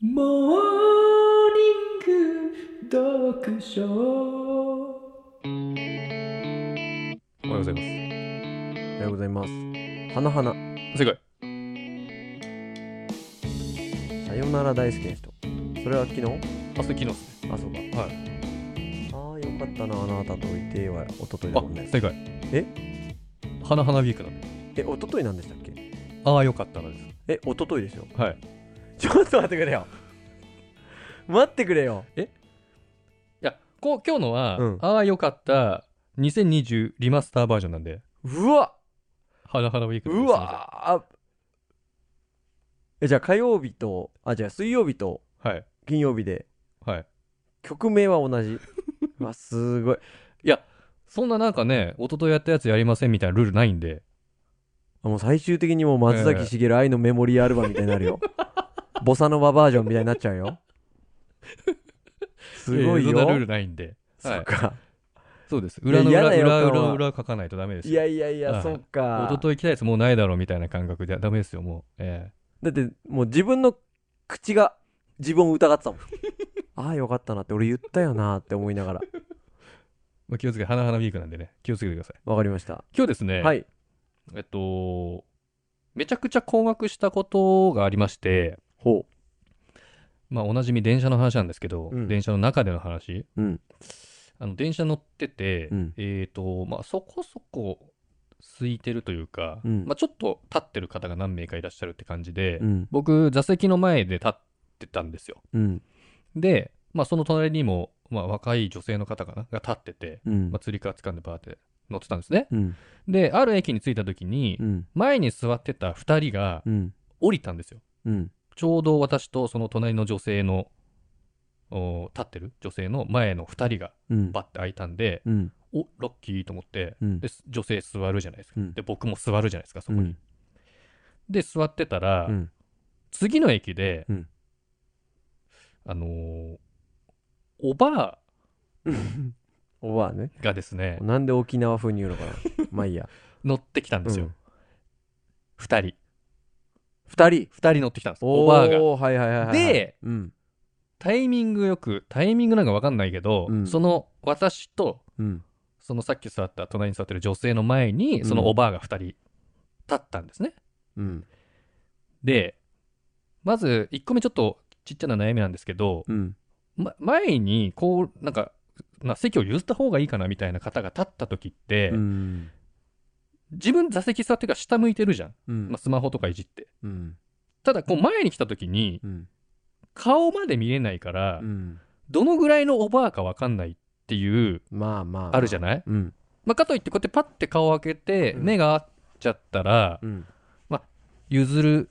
モーニング読書おはようございます。おはようございます。はなはな、正解。さよなら大好きな人。それは昨日あ、それ昨日ですね。あ、そうか。はああ、よかったな、あなたといては、おとといだもんあ、ね。正解。花花ウィークなんで。え、おとといなんでしたっけああ、よかったなです。え、おとといですよ。はい。いちょっと待ってくれよ。待ってくれよ。や、こう今日のは、うんああ、よかった、2020リマスターバージョンなんで、うわ花花ウィークなんうでわあえ、じゃあ火曜日と、あ、じゃあ水曜日とすいませんはい。金曜日で、はい。曲名は同じ。うわ、すごい。そんななんかね、一昨日やったやつやりませんみたいなルールないんで、あもう最終的にもう松崎しげる愛のメモリーアルバムみたいになる よ。ボサノババージョンみたいになっちゃうよ。すごいえーよ。そんなルールないんで。そっか。そうです。や裏の裏、嫌だよ裏、今日裏、は裏書かないとダメですいよ。やいやいはや、いそっか。一昨日来たやつもうないだろうみたいな感覚でダメですよ、もう。えだってもう自分の口が自分を疑ってたもん。 ああ、よかったなって俺言ったよなって思いながら。ーまあ、気をつけて、花花ウィークなんでね、気をつけてください。わかりました。今日ですね、はい。えっと、めちゃくちゃ困惑したことがありまして、ほまあ、おなじみ電車の話なんですけど、うん電車の中での話、う。うん。あの電車乗ってて、うんえっ、と、まあ、そこそこ空いてるというか、うんまあ、ちょっと立ってる方が何名かいらっしゃるって感じで、うん。僕、座席の前で立ってたんですよ。うん。で、まあ、その隣にも、まあ、若い女性の方かなが立ってて、うんまあ、。釣り革掴んでバーって乗ってたんですね。うん。で、ある駅に着いた時に、うん。前に座ってた2人がうん。降りたんですよ。うん。ちょうど私とその隣の女性の、お立ってる女性の前の2人がうん。バッて開いたんで、うん。おラッキーと思って、うんで女性座るじゃないですか、うんで僕も座るじゃないですかそこうに、ん。で座ってたら、うん次の駅で、うんあのーおばあ おばあね。がですねなんで沖縄風に言うのかな。まあいいや。乗ってきたんですよ、うん2人二人。 2人乗ってきたんですおばあがおーはいはいはいはい。でうん。タイミングよくタイミングなんか分かんないけど、うんその私とうん。そのさっき座った隣に座ってる女性の前にうんそのおばあが2人立ったんですね、うん。でまず1個目ちょっとちっちゃな悩みなんですけど、うん。ま、前にこうなんかな席を譲った方がいいかなみたいな方が立った時って、うん。自分座席座ってるから下向いてるじゃん、うんまあ、スマホとかいじってうん。ただこう前に来た時にうん。顔まで見れないから、うん。どのぐらいのおばあかわかんないっていうまあまあ。あるじゃない、うん。まあ、かといってこうやってパッて顔を開けてうん目が合っちゃったら、うん。譲る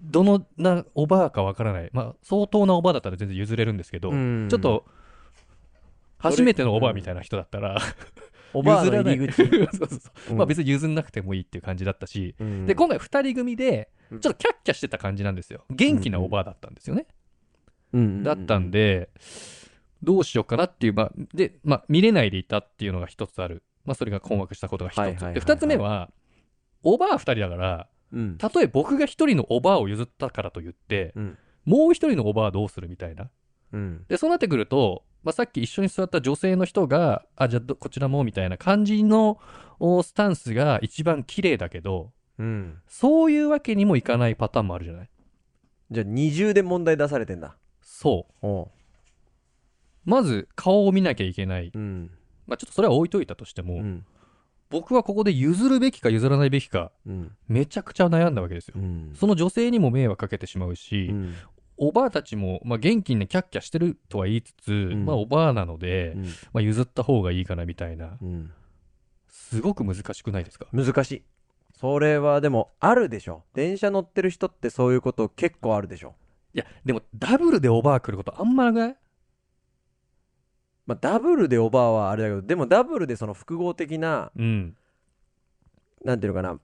どのなおばあかわからない、まあ、相当なおばあだったら全然譲れるんですけど、うんちょっと初めてのおばあみたいな人だったら、おばあの入譲りら口。ない そうそうそうまあ、別に譲んなくてもいいっていう感じだったし、うんで今回2人組でうんちょっとキャッキャしてた感じなんですよ元気なおばあだったんですよね、うんだったんでどうしようかなっていう、まあでまあ、見れないでいたっていうのが一つある、まあ、それが困惑したことが一つ、はいはいはいはいで2つ目はおばあ2人だからうん、たとえ僕が一人のおばあを譲ったからと言って、うんもう一人のおばあどうするみたいな。うんで、そうなってくると、まあ、さっき一緒に座った女性の人が、あ、じゃあどこちらもみたいな感じのおスタンスが一番綺麗だけど、うん、そういうわけにもいかないパターンもあるじゃないじゃあ二重で問題出されてんだそう。おう、まず顔を見なきゃいけない。うんまあ、ちょっとそれは置いといたとしても、うん僕はここで譲るべきか譲らないべきか、うんめちゃくちゃ悩んだわけですよ。うんその女性にも迷惑かけてしまうし、うんおばあたちも、まあ、元気にキャッキャしてるとは言いつつ、んまあ、おばあなので、うんまあ、譲った方がいいかなみたいなうんすごく難しくないですか難しいそれはでもあるでしょ電車乗ってる人ってそういうこと結構あるでしょいやでもダブルでおばあ来ることあんまなくないまあダブルでおばあはあれだけどでもダブルでその複合的なうんなんていうのかな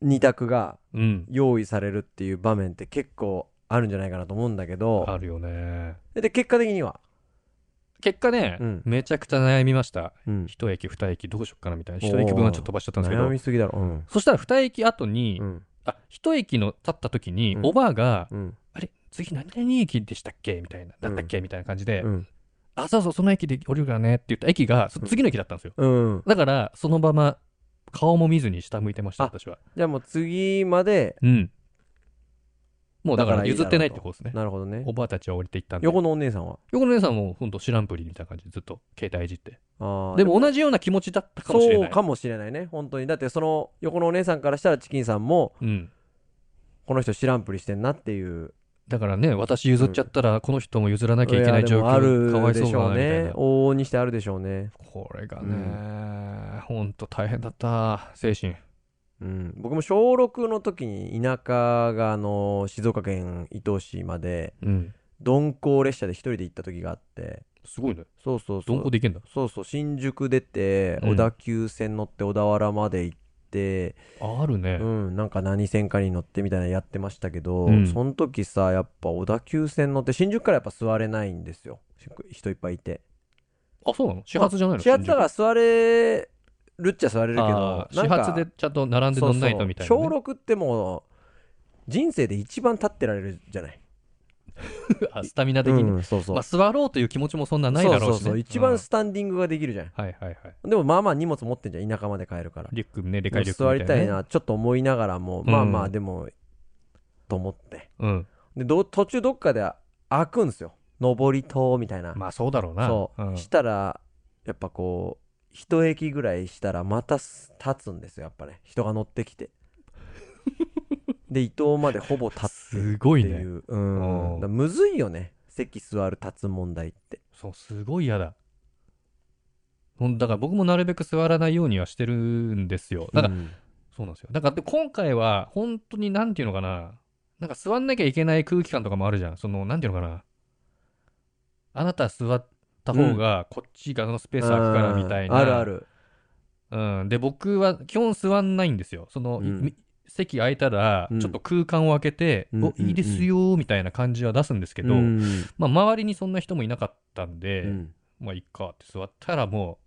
二択がうん用意されるっていう場面って結構あるんじゃないかなと思うんだけどあるよねで結果的には結果ね、うんめちゃくちゃ悩みましたうん一駅二駅どうしよっかなみたいなお一ー駅分はちょっと飛ばしちゃったんですけ悩どみすぎだろうんそしたら二駅後に、うんあ一駅の立った時に、うんおばあがうんあれ次何々駅でしたっけみたいな、だったっけみたいな感じで、うん。あ、そうそう、その駅で降りるからねって言った駅が、そ次の駅だったんですよ。うん。だから、そのまま、顔も見ずに下向いてました、あ私は。じゃあもう次まで、うん。もうだかだかららいいだ譲ろうとってないってことですね。なるほどねお。ばあたちは降りていったんで。横のお姉さんは。横の姉さんも、ほんと知らんぷりみたいな感じでずっと携帯いじって。あーでも同じような気持ちだったかもしれそなうい。かもしれないね。本当に。だってその横のお姉さんからしたらチキンさんも、うん。この人知らんぷりしてんなっていう。だからね、私譲っちゃったら、この人も譲らなきゃいけない状況、やでかもあわるいそでうしだな、ょうみたいねな。。往々にしてあるでしょうね。これがね、ほんと大変だった、精神。うん、僕も小6の時に田舎があの静岡県伊東市までうん。鈍行列車で一人で行った時があってすごいね。そうそうそ鈍う行でいけんだ。そうそう新宿出てうん小田急線乗って小田原まで行って、あるねう。んなんか何線かに乗ってみたいなのやってましたけど、うんその時さやっぱ小田急線乗って新宿からやっぱ座れないんですよし人いっぱいいてあ、そうなの始発じゃないの始発だから座れるっちゃ座れるけどあーな始んか発でちゃんと並んで乗んないとみたいなそうね、そう小6ってもう人生で一番立ってられるじゃない、 あスタミナ的に、うんそうそう、まあ、座ろうという気持ちもそんなないだろうし、ね、そうそうそう一うん番スタンディングができるじゃん、はいはいはいでもまあまあ荷物持ってんじゃん田舎まで帰るからリュックねでかいリュック座みりたたいいなね、なちょっと思いながらも、うんまあまあでもと思ってうんでど途中どっかで開くんすよ上り塔みたいな、まあそうだろうなそう、んしたらやっぱこう一駅ぐらいしたらまたす立つんですよやっぱね人が乗って きてで伊東までほぼ立ってすごいっていねう、うんうんだからむずいよね席座る立つ問題ってそうすごい嫌だほんだから僕もなるべく座らないようにはしてるんですよだから、うんそうなんですよだからで今回は本当になんていうのかななんか座んなきゃいけない空気感とかもあるじゃんそのなんていうのかなあなた座った方がこっち側のスペース空くからみたいな、あーあるあるうん、で僕は基本座んないんですよその、うんみ席空いたらうんちょっと空間を空けて、うんおいいですよーみたいな感じは出すんですけど、うんまあ、周りにそんな人もいなかったんで、うんまあいっかって座ったらも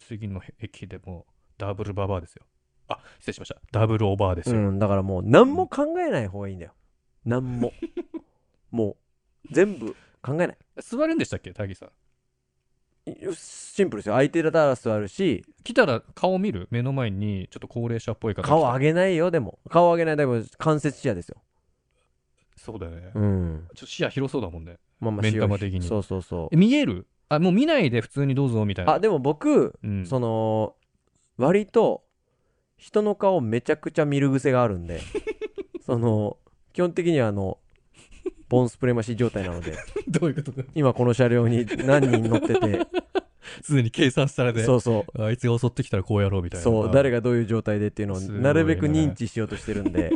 う次の駅でもうダブルババアですよあ失礼しましたダブルオーバーですよ、うんだからもう何も考えない方がいいんだよ何ももう全部考えない座るんでしたっけタギさんシンプルですよ相手だったら座るし来たら顔見る目の前にちょっと高齢者っぽい方顔げ上げないよでも顔上げないでも関節視野ですよそうだよね、ちょうんっと視野広そうだもんねまあまあ目ん視野玉的にそうそうそえ見えるあもう見ないで普通にどうぞみたいうなあでも僕うん、その割と人の顔めちゃくちゃ見る癖がある んでその基本的にはあのボンスプレマシー状態なので どういうことだ今この車両に何人乗っててすでに計算されてそうそあいつが襲ってきたらこうやろうみうたいな。そう誰が。がどういう状態でっていうのをすごいねなるべく認知しようとしてるんで、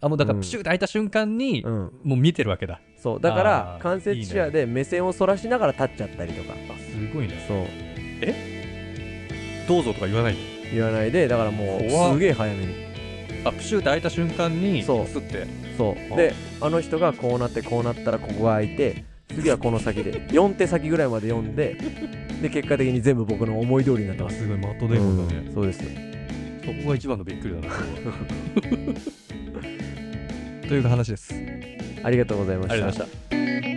あ、もうだかうら、んプシューって開いた瞬間に、うん、もう見てるわけだ。そうだかあらー間接視野で目線をそらしながら立っちゃったりとかあ、すごいね。そうどうぞとか言わないで言わないでだからもう怖っすげえ早めにあ、プシューって開いた瞬間に、そうすって。そうであの人がこうなってこうなったらここが空いて次はこの先で4手先ぐらいまで読んでで結果的に全部僕の思い通りになってまあ、すすごい、的でもだね、うんそうですそこが一番のびっくりだな、そ こはという話です。ありありがとうございまがとうございまししたた。